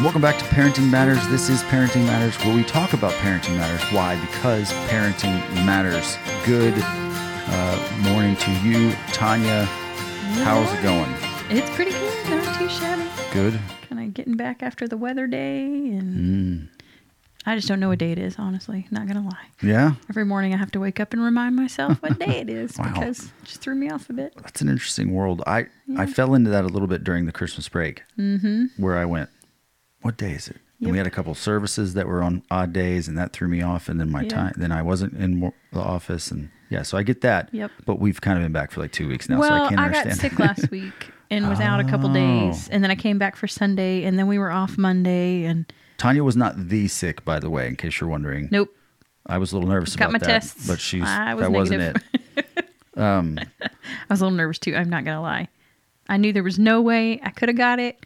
Welcome back to Parenting Matters. This is Parenting Matters, where we talk about parenting matters. Why? Because parenting matters. Good uh, morning to you, Tanya. How's it going? It's pretty good. Not too shabby. Good. Kind of getting back after the weather day, and Mm. I just don't know what day it is. Honestly, not gonna lie. Yeah. Every morning I have to wake up and remind myself what day it is Wow. because it just threw me off a bit. That's an interesting world. I I fell into that a little bit during the Christmas break, mm-hmm. where I went, "What day is it?" And Yep. we had a couple services that were on odd days, and that threw me off. And then my Yeah. time, then I wasn't in mo- the office, and yeah, so I get that. Yep. But we've kind of been back for like two weeks now, so I well, can't I, got understand. Oh. sick last week and was out a couple days, and then I came back for Sunday, and then we were off Monday, and Tanya was not the sick, by the way, in case you're wondering. nope, I was a little nervous got about my that, tests. but she's I was that wasn't it. negative. I was a little nervous too. I'm not gonna lie. I knew there was no way I could have got it,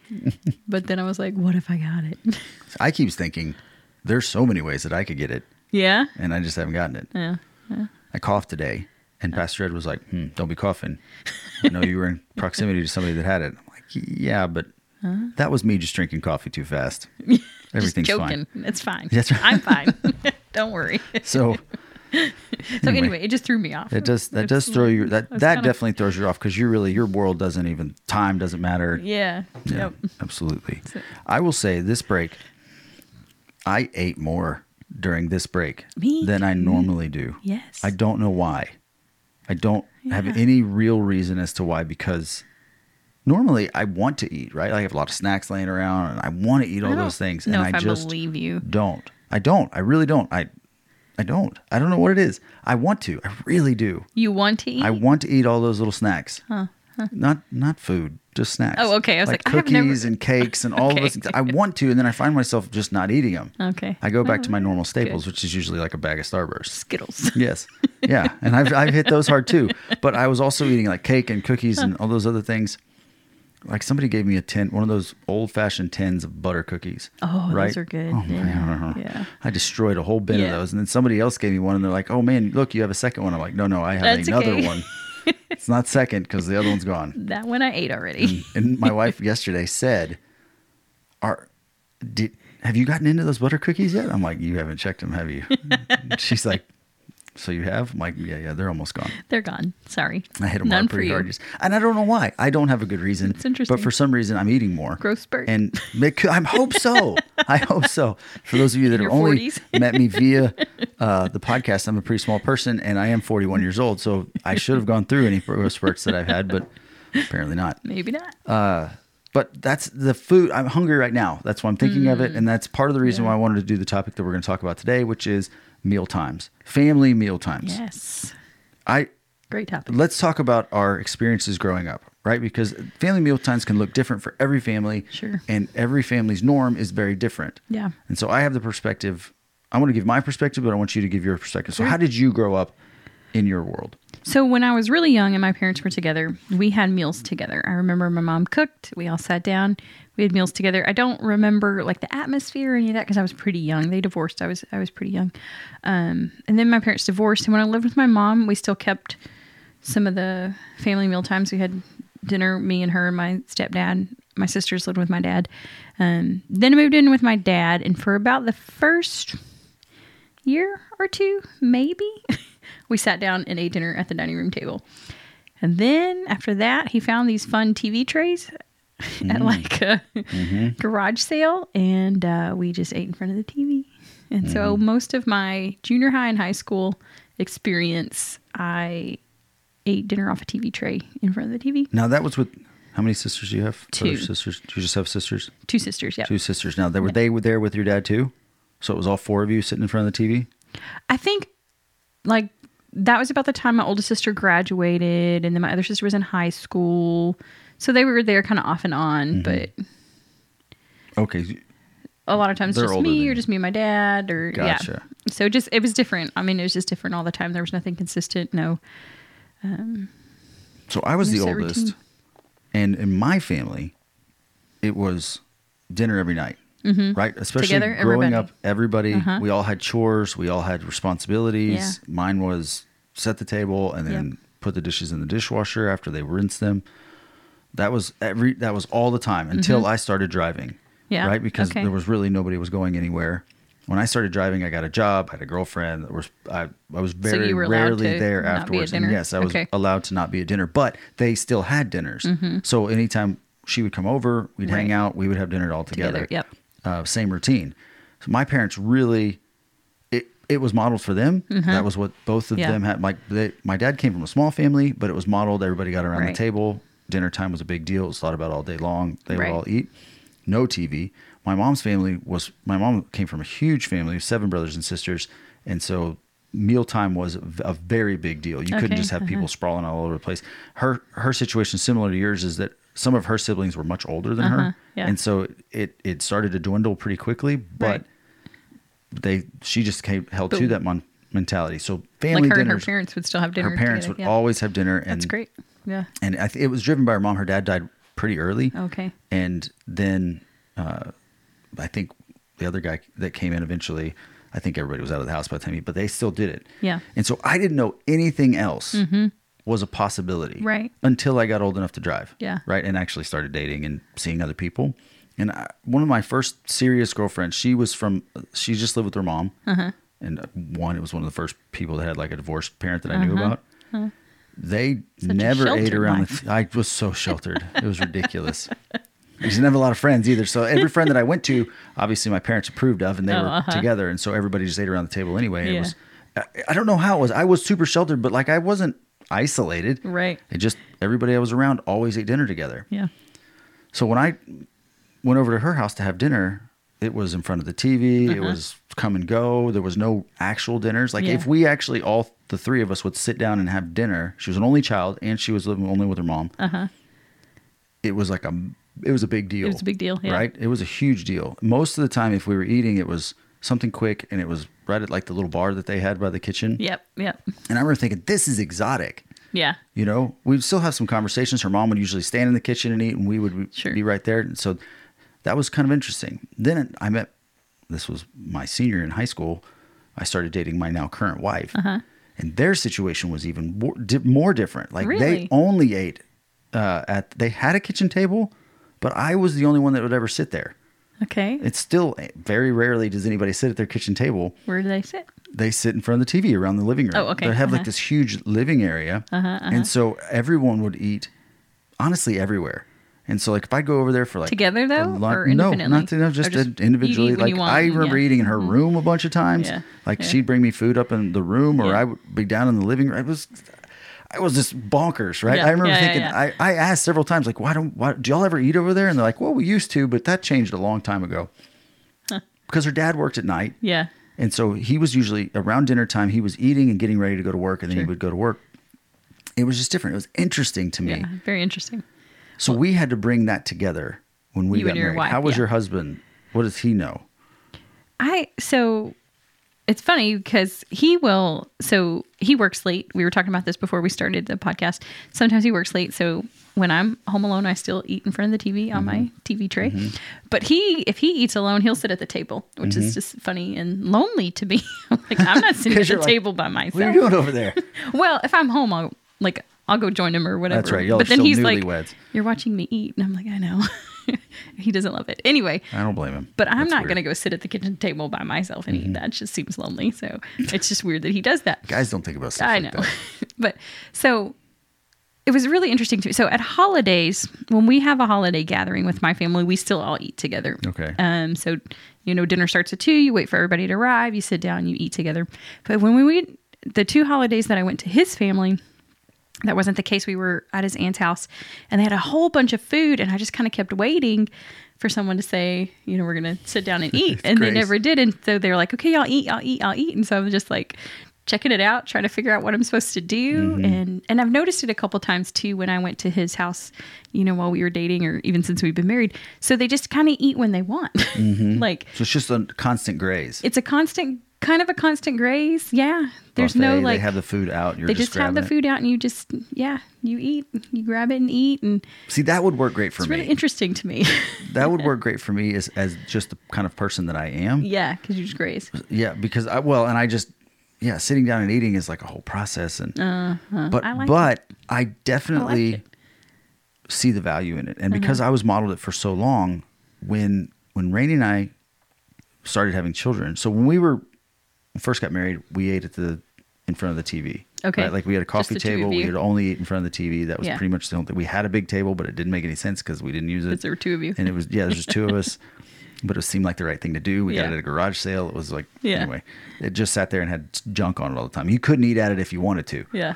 but then I was like, "What if I got it?" I keep thinking there's so many ways that I could get it, yeah, and I just haven't gotten it. yeah. I coughed today, and Uh. Pastor Ed was like, hmm, "Don't be coughing." I know you were in proximity to somebody that had it. I'm like, "Yeah, but that was me just drinking coffee too fast. Everything's just fine." joking. It's fine. That's right. I'm fine. Don't worry. So So Anyway. anyway, it just threw me off. it does that does throw you that that definitely throws you off because you really your world doesn't even time doesn't matter. Yeah. Yeah, Yep. absolutely. So- I will say this break, I ate more during this break Me than I normally do. Yes. I don't know why. I don't have Yeah. any real reason as to why because normally I want to eat, right? I have a lot of snacks laying around and I want to eat all I those don't things know and if I I, just believe you. don't. I don't. I really don't. I I don't. I don't know what it is. I want to. I really do. You want to eat? I want to eat all those little snacks. Not not food, just snacks. Oh, okay. I was like, I have cookies never- and cakes and all of Okay. those things. I want to, and then I find myself just not eating them. okay. I go back to my normal staples, which is usually like a bag of Starburst. Skittles. Yes, yeah, and I've I've hit those hard too. But I was also eating like cake and cookies and all those other things. Like somebody gave me a tin, one of those old fashioned tins of butter cookies. Oh, those are good. Oh, man. Yeah. Yeah. I destroyed a whole bin Yeah. of those, and then somebody else gave me one, and they're like, "Oh man, look, you have a second one." I'm like, "No, no, I have That's another okay. one. It's not second because the other one's gone." That one I ate already. And my wife yesterday said, "Are did have you gotten into those butter cookies yet?" I'm like, "You haven't checked them, have you?" She's like, "So you have?" I'm like, "Yeah, yeah, they're almost gone." They're gone. Sorry. I hit them None on for pretty you. hard, just- and I don't know why. I don't have a good reason. It's interesting. but for some reason, I'm eating more. Growth spurt. And it could- I hope so. I hope so. For those of you that Your have only 40s. met me via uh, the podcast, I'm a pretty small person, and I am 41 years old, so I should have gone through any growth spurts that I've had, but apparently not. Maybe not. But that's the food. I'm hungry right now. That's why I'm thinking of Mm. it. And that's part of the reason why I wanted to do the topic that we're going to talk about today, which is meal times, family meal times. yes. I Great topic. let's talk about our experiences growing up, right? Because family meal times can look different for every family. Sure. And every family's norm is very different. Yeah. And so I have the perspective. I want to give my perspective, but I want you to give your perspective. So how did you grow up in your world? So when I was really young and my parents were together, we had meals together. I remember my mom cooked. We all sat down. We had meals together. I don't remember like the atmosphere or any of that because I was pretty young. They divorced. I was I was pretty young, um, and then my parents divorced. And when I lived with my mom, we still kept some of the family meal times. We had dinner, me and her and my stepdad. My sisters lived with my dad. Um, then I moved in with my dad, and for about the first year or two, maybe, we sat down and ate dinner at the dining room table. And then after that, he found these fun TV trays at like a garage sale, and uh, we just ate in front of the TV. And so most of my junior high and high school experience, I ate dinner off a TV tray in front of the TV. Now that was with how many sisters do you have? Two. Brothers, sisters. Do you just have sisters? Two sisters, yeah. Two sisters. Now they were they were there with your dad too? So it was all four of you sitting in front of the TV? I think like that was about the time my oldest sister graduated and then my other sister was in high school. So they were there kind of off and on, Mm-hmm. but Okay. a lot of times They're just older me than or just me and my dad or Gotcha. yeah. So just it was different. I mean, it was just different all the time. There was nothing consistent. No. So I was the Yes, I oldest, routine. and in my family, it was dinner every night, right? Especially Mm-hmm. Together, growing everybody. up, everybody we all had chores, we all had responsibilities. Yeah. Mine was set the table and then Yep. put the dishes in the dishwasher after they rinsed them. That was every that was all the time until I started driving. Mm-hmm. Yeah. Right? Because Okay. there was really nobody was going anywhere. When I started driving, I got a job, I had a girlfriend. There was I, I was you very were allowed rarely to there not be at afterwards. dinner? And yes, I was Okay. allowed to not be at dinner, but they still had dinners. So anytime she would come over, we'd hang Mm-hmm. Right. out, we would have dinner all together. Together, yep. Uh, same routine. So my parents really it it was modeled for them. That was what both of Mm-hmm. Yeah. them had. My they, my dad came from a small family, but it was modeled. Everybody got around Right. the table. Dinner time was a big deal. It was thought about all day long. They Right. would all eat. No TV. My mom's family was. My mom came from a huge family, seven brothers and sisters, and so mealtime was v- a very big deal. You couldn't Okay, uh-huh. just have people sprawling all over the place. Her her situation similar to yours is that some of her siblings were much older than Uh-huh, her, yeah. and so it it started to dwindle pretty quickly, but Right. they she just came, held But- to that mon- mentality. So family Like her and her dinners, parents would still have dinner. her parents together. would yeah. always have dinner, and That's great. Yeah. And I th- it was driven by her mom. Her dad died pretty early. Okay. and then uh, I think the other guy that came in eventually. I think everybody was out of the house by the time he, but they still did it. Yeah. Mm-hmm. And so I didn't know anything else was a possibility. Right. Until I got old enough to drive. Yeah. Right. And actually started dating and seeing other people. And I, one of my first serious girlfriends, she was from, she just lived with her mom. Uh-huh. And uh, one, it was one of the first people that had like a divorced parent that I knew Uh-huh. about. They a never ate sheltered around. life. The, I was so sheltered. it was ridiculous. I didn't have a lot of friends either. So every friend that I went to, obviously my parents approved of and they Oh, were uh-huh. together. And so everybody just ate around the table anyway. It Yeah. was, I, I don't know how it was. I was super sheltered, but like I wasn't isolated. Right. It just, everybody I was around always ate dinner together. Yeah. So when I went over to her house to have dinner, it was in front of the TV. It was come and go. There was no actual dinners. Like Uh-huh. Yeah. if we actually all the three of us would sit down and have dinner, she was an only child and she was living only with her mom. Uh-huh. It was like a it was a big deal. It was a big deal, yeah. Right? It was a huge deal. Most of the time if we were eating, it was something quick and it was right at like the little bar that they had by the kitchen. Yep. Yep. And I remember thinking, this is exotic. Yeah. You know, we'd still have some conversations. Her mom would usually stand in the kitchen and eat, and we would Sure. be right there. And so that was kind of interesting. Then I met, this was my senior in high school. I started dating my now current wife. Uh-huh. And their situation was even more, di- more different. Like Really? they only ate uh, at, they had a kitchen table, but I was the only one that would ever sit there. Okay. It's still eh, very rarely does anybody sit at their kitchen table Where do they sit? they sit in front of the TV around the living room. Oh, okay. They have Uh-huh. like this huge living area, and so everyone would eat, honestly, everywhere. And so, like, if I go over there for like Together, though, a lun- or no, independently? not to, no, Or just, in- just you eat individually. when you Like, want, I remember yeah. Mm-hmm. eating in her room a bunch of times. Yeah, Like, yeah. she'd bring me food up in the room, or Yeah. I would be down in the living room. It was, I was just bonkers, right? Yeah, I remember yeah, yeah, thinking, yeah. I, I asked several times, like, why don't, why do y'all ever eat over there? And they're like, well, we used to, but that changed a long time ago. Because her dad worked at night, Yeah. and so he was usually around dinner time, he was eating and getting ready to go to work, and then he Sure. would go to work. It was just different. It was interesting to me. Yeah. Very interesting. So we had to bring that together when we You got and your married. wife, How was yeah. your husband? What does he know? I so it's funny because he will so he works late. We were talking about this before we started the podcast. Sometimes he works late, so when I'm home alone, I still eat in front of the TV on my Mm-hmm. TV tray. But he, if he eats alone, he'll sit at the table, which is just funny and lonely to me. like I'm not sitting Mm-hmm. 'Cause at the you're like, table by What are myself. you doing over there? Well, if I'm home, I'll like I'll go join him or whatever. That's right. Y'all are still newlyweds. like, "You're watching me eat," and I'm like, "I know." he doesn't love it anyway. I don't blame him. But I'm That's not weird. Mm-hmm. going to go sit at the kitchen table by myself and eat. That just seems lonely. So it's just weird that he does that. Guys don't think about stuff I like know. that. but so it was really interesting to me. So at holidays, when we have a holiday gathering with my family, we still all eat together. Okay. Um, so you know, dinner starts at two. You wait for everybody to arrive. You sit down. You eat together. But when we went, the two holidays that I went to his family, that wasn't the case. We were at his aunt's house, and they had a whole bunch of food, and I just kind of kept waiting for someone to say, you know, we're gonna sit down and eat, and they Grace. never did. And so they were like, okay, I'll eat, I'll eat, I'll eat, and so I was just like checking it out, trying to figure out what I'm supposed to do, Mm-hmm. and and I've noticed it a couple times too when I went to his house, you know, while we were dating or even since we've been married. So they just kind of eat when they want, Mm-hmm. like So it's just a constant graze. it's a constant, kind of a constant graze. Yeah, there's no Buffet, like they have the food out. You're they just have grabbing the it. food out and you just yeah you eat you grab it and eat and See, that would work great for it's me. really interesting to me that would work great for me as as just the kind of person that I am. yeah because you just graze Yeah, because I well, and I just yeah, sitting down and eating is like a whole process, and but Uh-huh. I like but I definitely it. Uh-huh. see the value in it, and because I was modeled it for so long, when when Rainey and I started having children, so when we were first got married, we ate at the in front of the TV. Okay. right? Like we had a coffee the two of table. We you. could only eat in front of the TV. That was Yeah. pretty much the only thing. We had a big table, but it didn't make any sense because we didn't use it. Because there were two of you. And it was, yeah, there's just two of us, but it seemed like the right thing to do. We got Yeah. it at a garage sale. It was like, Yeah. anyway, it just sat there and had junk on it all the time. You couldn't eat at it if you wanted to. Yeah.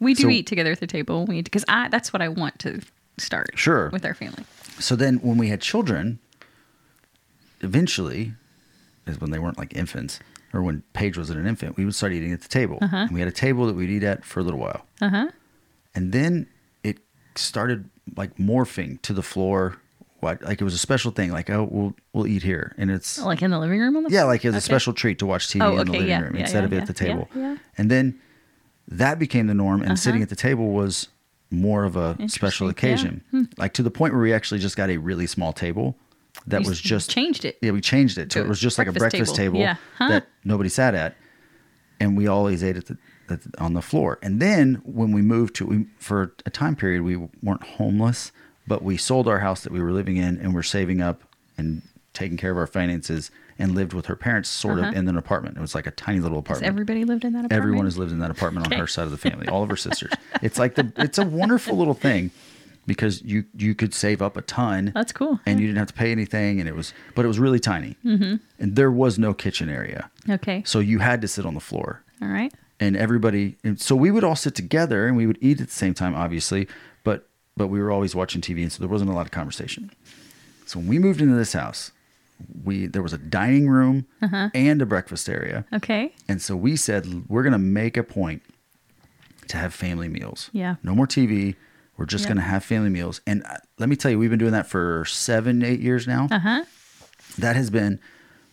We do So- eat together at the table. We because I that's what I want to start. Sure. With our family. so then when we had children, eventually, is when they weren't like infants or when Paige wasn't an infant, we would start eating at the table. And we had a table that we'd eat at for a little while. Uh huh. And then it started like morphing to the floor. What like it was a special thing, like, oh, we'll we'll eat here. And it's Like in the living room. On the yeah, like it was a Okay. special treat to watch TV Oh, in the okay, living yeah, room yeah, instead yeah, of yeah, at the yeah, table. yeah. Uh-huh. And then that became the norm, and sitting at the table was more of a Interesting, special yeah. Hmm. occasion. Like to the point where we actually just got a really small table that You was s- just changed it. Yeah, we changed it. So To it was just like a breakfast breakfast table, table. Yeah. Huh. that nobody sat at, and we always ate at the, at the on the floor. And then when we moved to we, for a time period, we weren't homeless, but we sold our house that we were living in, and we're saving up and taking care of our finances, and lived with her parents, sort Uh-huh. of in an apartment. It was like a tiny little Has apartment. everybody lived in that apartment? Everyone has lived in that apartment on her side of the family. All of her sisters. It's like the it's a wonderful little thing because you you could save up a ton. That's cool. And you didn't have to pay anything, and it was but it was really tiny, mm-hmm. and there was no kitchen area, Okay. so you had to sit on the floor. All right. And everybody, and so we would all sit together and we would eat at the same time, obviously, but but we were always watching TV, and so there wasn't a lot of conversation. So when we moved into this house, we there was a dining room Uh-huh. and a breakfast area. Okay. And so we said, we're going to make a point to have family meals. Yeah. No more TV. We're just Yeah. going to have family meals. And uh, let me tell you, we've been doing that for seven, eight years now. Uh huh. That has been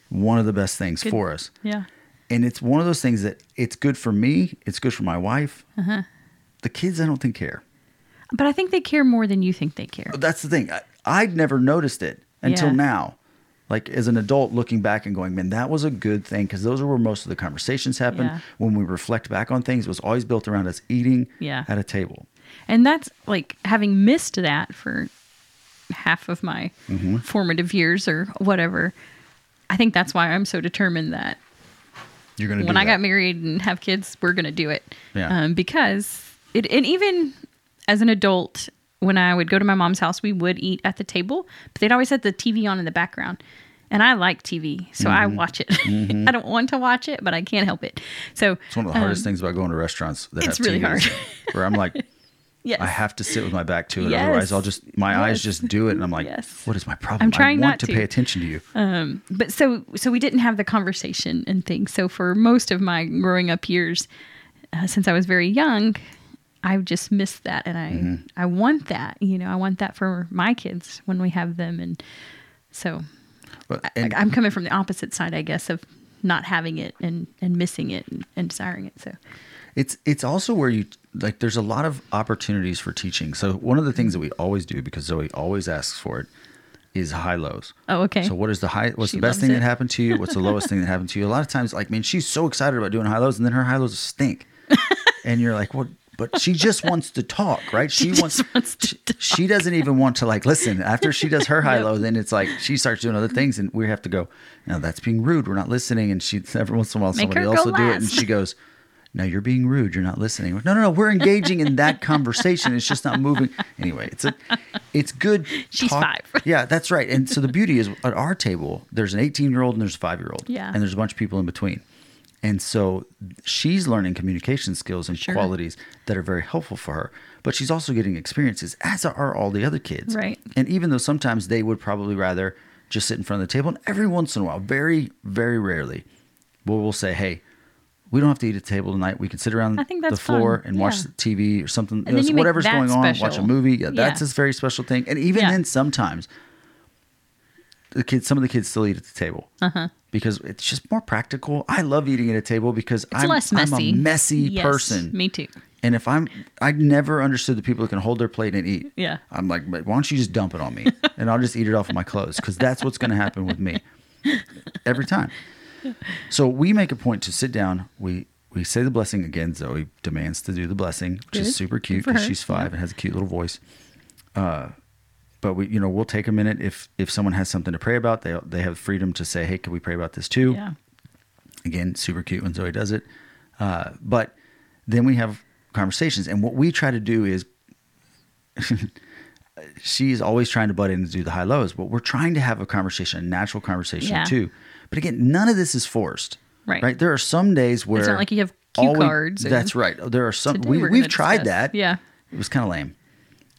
one of the best things Good. for us. Yeah. And it's one of those things that it's good for me, it's good for my wife. Uh-huh. The kids, I don't think care. But I think they care more than you think they care. That's the thing. I, I'd never noticed it until Yeah. now. Like as an adult looking back and going, man, that was a good thing because those are where most of the conversations happen. Yeah. When we reflect back on things, it was always built around us eating Yeah. at a table. And that's like having missed that for half of my Mm-hmm. formative years or whatever. I think that's why I'm so determined that You're gonna when I got married and have kids, we're going to do it. Yeah. Um, because it, and even as an adult, when I would go to my mom's house, we would eat at the table, but they'd always had the TV on in the background. And I like TV, so I Mm-hmm. watch it. I don't want to watch it, but I can't help it. So um, It's one of the hardest things about going to restaurants. That it's have really TVs, hard. where I'm like, yes, I have to sit with my back to it, Yes. otherwise I'll just my eyes Yes. just do it, and I'm like, Yes. what is my problem? I'm trying I want not to to. Uh, pay attention to you. but so so we didn't have the conversation and things. So for most of my growing up years, uh, since I was very young, I've just missed that, and I Mm-hmm. I want that. You know, I want that for my kids when we have them, and so But- like, and I'm coming from the opposite side, I guess, of not having it and and missing it and, and desiring it. So It's it's also where you like there's a lot of opportunities for teaching. So one of the things that we always do because Zoe always asks for it is high lows. Oh, okay. So what is the high what's She the best loves thing it. that happened to you? What's the lowest thing that happened to you? A lot of times like man she's so excited about doing high lows and then her high lows stink. and you're like, "What but she just wants to talk, right? She, wants, wants to she, she doesn't even want to like listen. After she does her high Yep. low, then it's like she starts doing other things, and we have to go. No, that's being rude. We're not listening. And she every once in a while Make somebody her else go will do it, and last. she goes, "No, you're being rude. You're not listening." No, no, no. We're engaging in that conversation. It's just not moving. Anyway, it's a, it's good. She's five. Yeah, that's right. And so the beauty is at our table, there's an 18 year old and there's a five year old. Yeah. and there's a bunch of people in between. And so she's learning communication skills and Sure. qualities that are very helpful for her. But she's also getting experiences, as are all the other kids. Right. And even though sometimes they would probably rather just sit in front of the table, and every once in a while, very, very rarely, we'll, we'll say, hey, we don't have to eat at the table tonight. We can sit around I think the that's floor fun. and watch Yeah. TV or something. then you make whatever's that going on, watch a special. movie. Yeah, that's Yeah. this very special thing. And even Yeah. then, sometimes the kids, some of the kids still eat at the table Uh-huh. because it's just more practical. I love eating at a table because it's I'm, less I'm messy. a messy Yes, person. Me too. And if I'm, I never understood the people that can hold their plate and eat. Yeah. I'm like, "But why don't you just dump it on me and I'll just eat it off of my clothes? Because that's what's going to happen with me every time. So we make a point to sit down. We, we say the blessing again. Zoe demands to do the blessing, which Good. is super Good cute for because her. she's five and has a cute little voice. Uh, but we you know we'll take a minute if if someone has something to pray about they they have freedom to say hey can we pray about this too Yeah. again super cute when zoe does it uh, but then we have conversations and what we try to do is she's always trying to butt in and do the high lows but we're trying to have a conversation a natural conversation Yeah. too but again none of this is forced Right. right there are some days where not like you have cue all we- cards or- that's right there are some Today we, we're we've gonna tried discuss. that Yeah. it was kind of lame.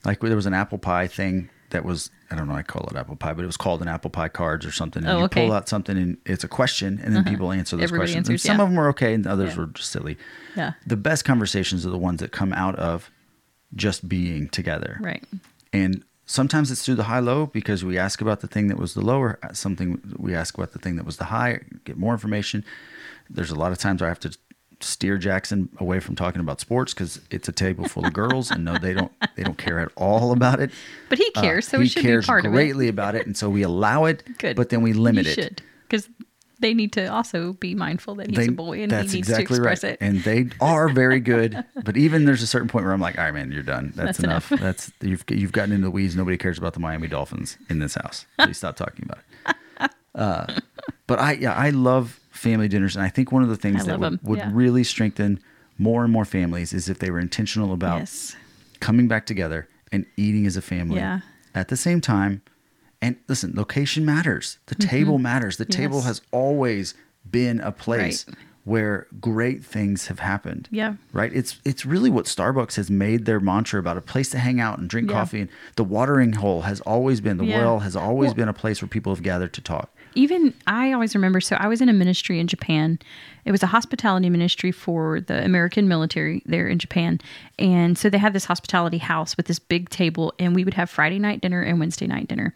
Like there was an apple pie thing that was I don't know I call it apple pie, but it was called an apple pie cards or something. And Oh, you okay. Uh-huh. pull out something and it's a question, and then people answer those Everybody questions. and answers, some yeah. of them were okay, and others Yeah. were just silly. Yeah. The best conversations are the ones that come out of just being together. Right. And sometimes it's through the high low because we ask about the thing that was the lower, something we ask about the thing that was the high, get more information. There's a lot of times I have to steer Jackson away from talking about sports because it's a table full of girls and no, they don't, they don't care at all about it. But he Uh, cares, so he it should cares be part of greatly about it. And so we allow it, it. Good. but then we limit you it. should. Because they need to also be mindful that he's They- a boy and he needs to express it. And they are very good, but even there's a certain point where I'm like, all right, man, you're done. That's, That's enough. enough." That's you've you've gotten into the weeds. Nobody cares about the Miami Dolphins in this house. Please stop talking about it. Uh, but I yeah, I love family dinners, and I think one of the things I that love would, 'em, would yeah. really strengthen more and more families is if they were intentional about Yes. coming back together and eating as a family Yeah. at the same time. And listen, location matters. The table matters. The table Mm-hmm. Yes. has always been a place Right. where great things have happened. Yeah. Right? It's it's really what Starbucks has made their mantra about a place to hang out and drink Yeah. coffee and the watering hole has always been the Yeah. well has always Well- been a place where people have gathered to talk. even I always remember. So I was in a ministry in Japan. It was a hospitality ministry for the American military there in Japan, and so they had this hospitality house with this big table, and we would have Friday night dinner and Wednesday night dinner,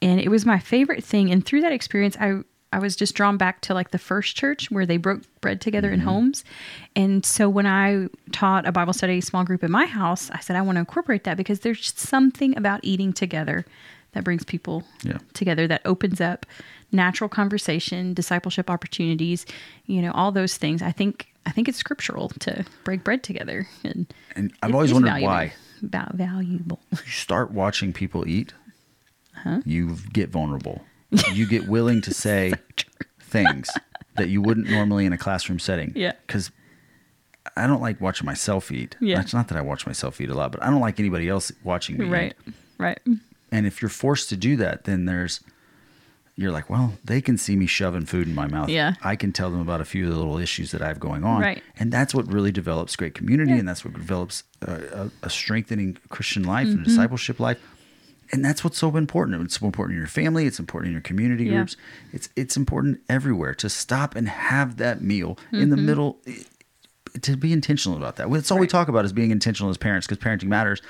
and it was my favorite thing. And through that experience, I I was just drawn back to like the first church where they broke bread together in homes. And so when I taught a Bible study small group in my house, I said I want to incorporate that because there's just something about eating together that brings people Yeah. together that opens up natural conversation, discipleship opportunities, you know, all those things. I think I think it's scriptural to break bread together and And I've it always is wondered valuable. why Val- valuable. you start watching people eat, you get vulnerable. You get willing to say things that you wouldn't normally in a classroom setting. Yeah. Because I don't like watching myself eat. Yeah. It's not that I watch myself eat a lot, but I don't like anybody else watching me Right. eat. Right. And if you're forced to do that, then there's you're like, well, they can see me shoving food in my mouth. Yeah. I can tell them about a few of the little issues that I have going on. Right. And that's what really develops great community. Yeah. And that's what develops a, a, a strengthening Christian life Mm-hmm. and discipleship life. And that's what's so important. It's so important in your family. It's important in your community Yeah. groups. It's it's important everywhere to stop and have that meal in the middle. eh, To be intentional about that. That's all we Mm-hmm. Right. talk about is being intentional as parents because parenting matters.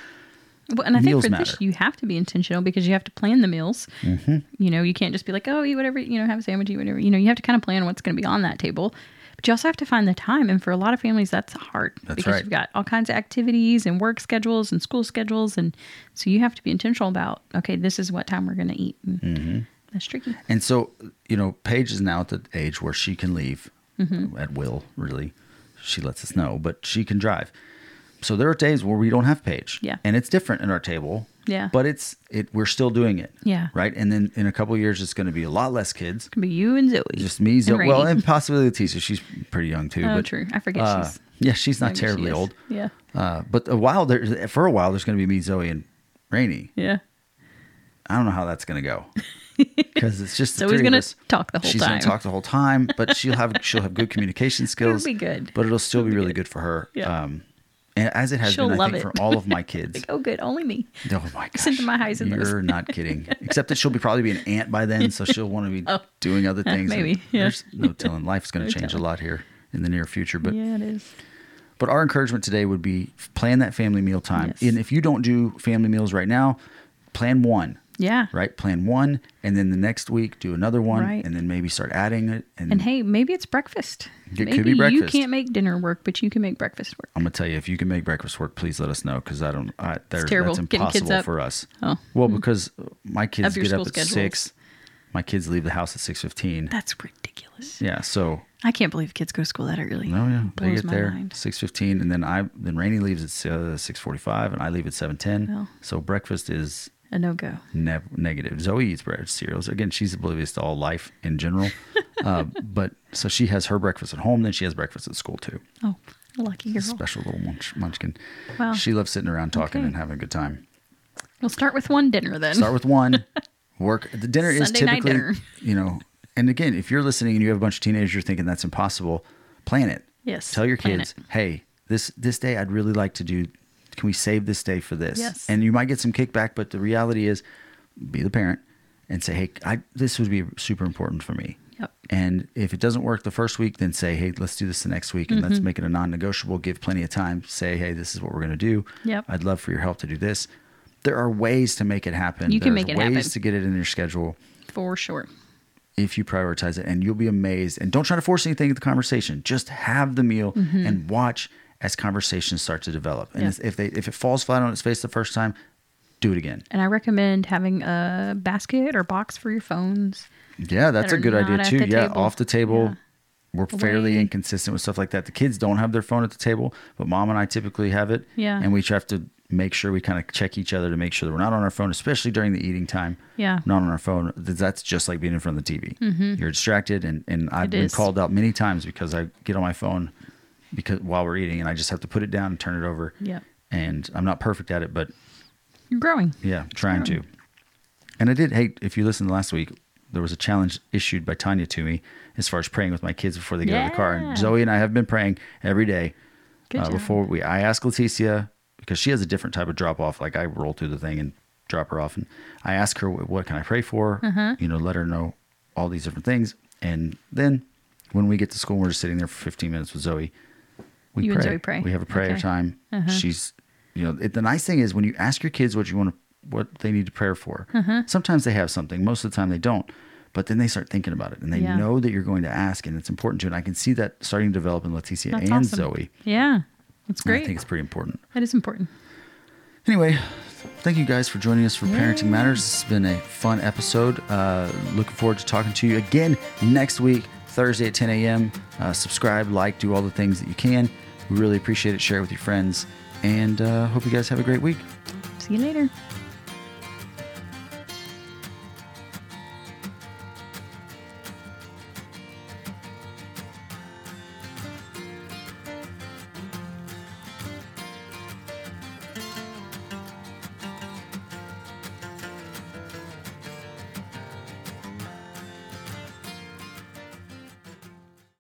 Well, and I think Meals for matter. Mm-hmm. this you have to be intentional because you have to plan the meals. You know, you can't just be like, oh, eat whatever, you know, have a sandwich, eat whatever. You know, you have to kind of plan what's going to be on that table. But you also have to find the time. And for a lot of families, that's hard That's because right. you've got all kinds of activities and work schedules and school schedules. And so you have to be intentional about, okay, this is what time we're going to eat. And Mm-hmm. That's tricky. And so, you know, Paige is now at the age where she can leave Mm-hmm. at will, really. She lets us know, but she can drive. So there are days where we don't have Paige. Yeah. And it's different in our table. Yeah. But it's it we're still doing it. Yeah. Right. And then in a couple of years it's gonna be a lot less kids. Could be you and Zoe. Just me, Zoe. Rainy. Well, and possibly Leticia. She's pretty young too. Oh, but, true. I forget uh, she's- yeah, she's not maybe she terribly is. old. Yeah. Uh, but a while there for a while there's gonna be me, Zoe, and Rainey. Yeah. I don't know how that's gonna go because it's just the Zoe's three of gonna us. talk the whole She's time. gonna talk the whole time, but she'll have she'll have good communication skills. be good. but it'll still be really good. for her. Yeah. Um, and as it has She'll been, I love think, it. for all of my kids. Like, oh, good. Only me. oh my gosh! Listen to my highs and lows. You're not kidding. Except that she'll be probably be an aunt by then, so she'll want to be Oh. doing other things. and Maybe, yeah. There's no telling. Life's going to No change telling. a lot here in the near future. But yeah, it is. but our encouragement today would be plan that family meal time. Yes. And if you don't do family meals right now, plan one Yeah. right? Plan one, and then the next week do another one, Right. and then maybe start adding it. And, And hey, maybe it's breakfast. It could maybe be you breakfast. can't make dinner work, but you can make breakfast work. I'm gonna tell you, if you can make breakfast work, please let us know because I don't. I, there, terrible That's getting kids impossible up. for us. Oh. Well, because my Of kids your get up school at schedules. six. My kids leave the house at six fifteen. That's ridiculous. Yeah, so I can't believe kids go to school that early. oh yeah, they Blows get my there mind. six fifteen, and then I then Rainey leaves at uh, six forty five, and I leave at seven ten. Well. So breakfast is a no go. ne- negative. Zoe eats breakfast cereals. Again, she's oblivious to all life in general. uh, but so she has her breakfast at home, then she has breakfast at school too. Oh, lucky girl. Special little munch, munchkin. Wow. She loves sitting around talking Okay. and having a good time. We'll start with one dinner then. Start with one. Work the dinner is Sunday night typically, dinner. you know. And again, if you're listening and you have a bunch of teenagers you're thinking that's impossible, plan it. Yes, Tell your plan kids, it. hey, this this day I'd really like to do. Can we save this day for this? Yes. And you might get some kickback, but the reality is, be the parent and say, hey, I, this would be super important for me. Yep. And if it doesn't work the first week, then say, hey, let's do this the next week and Mm-hmm. let's make it a non negotiable. Give plenty of time. Say, hey, this is what we're going to do. Yep. I'd love for your help to do this. There are ways to make it happen. You can There's make it ways happen. to get it in your schedule For sure. if you prioritize it and you'll be amazed and don't try to force anything in the conversation just have the meal and watch as conversations start to develop and Mm-hmm. if- Yeah. if they if it falls flat on its face the first time do it again And I recommend having a basket or box for your phones. yeah that's That a are good idea not at too the yeah table. off the table Yeah. we're fairly Away. inconsistent with stuff like that the kids don't have their phone at the table but mom and i typically have it Yeah. and we try to make sure we kind of check each other to make sure that we're not on our phone especially during the eating time Yeah. Mm-hmm. not on our phone th- that's just like being in front of the tv you're distracted and, and i've It been is. called out many times because i get on my phone because while we're eating and i just have to put it down and turn it over Yep. and i'm not perfect at it but You're growing. yeah trying to and i did hey if you listened last week there was a challenge issued by tanya to me as far as praying with my kids before they get out of the car Yeah. and zoe and i have been praying every day Good job. Uh, before we i asked leticia because she has a different type of drop off like i roll through the thing and drop her off and i ask her what, what can i pray for Mm-hmm. you know let her know all these different things and then when we get to school we're just sitting there for 15 minutes with zoe we You pray. and Zoe pray. we have a prayer Okay. Mm-hmm. time she's you know it, the nice thing is when you ask your kids what you want to what they need to pray for Mm-hmm. sometimes they have something most of the time they don't but then they start thinking about it and they Yeah. know that you're going to ask and it's important to and i can see that starting to develop in leticia That's and awesome. zoe Yeah. That's and great. I think it's pretty important. that is important. Anyway, thank you guys for joining us for Parenting Matters. This has been a fun episode. Uh, looking forward to talking to you again next week, Thursday at 10 a.m. Uh, subscribe, like, do all the things that you can. We really appreciate it. Share it with your friends. And uh, hope you guys have a great week. See you later.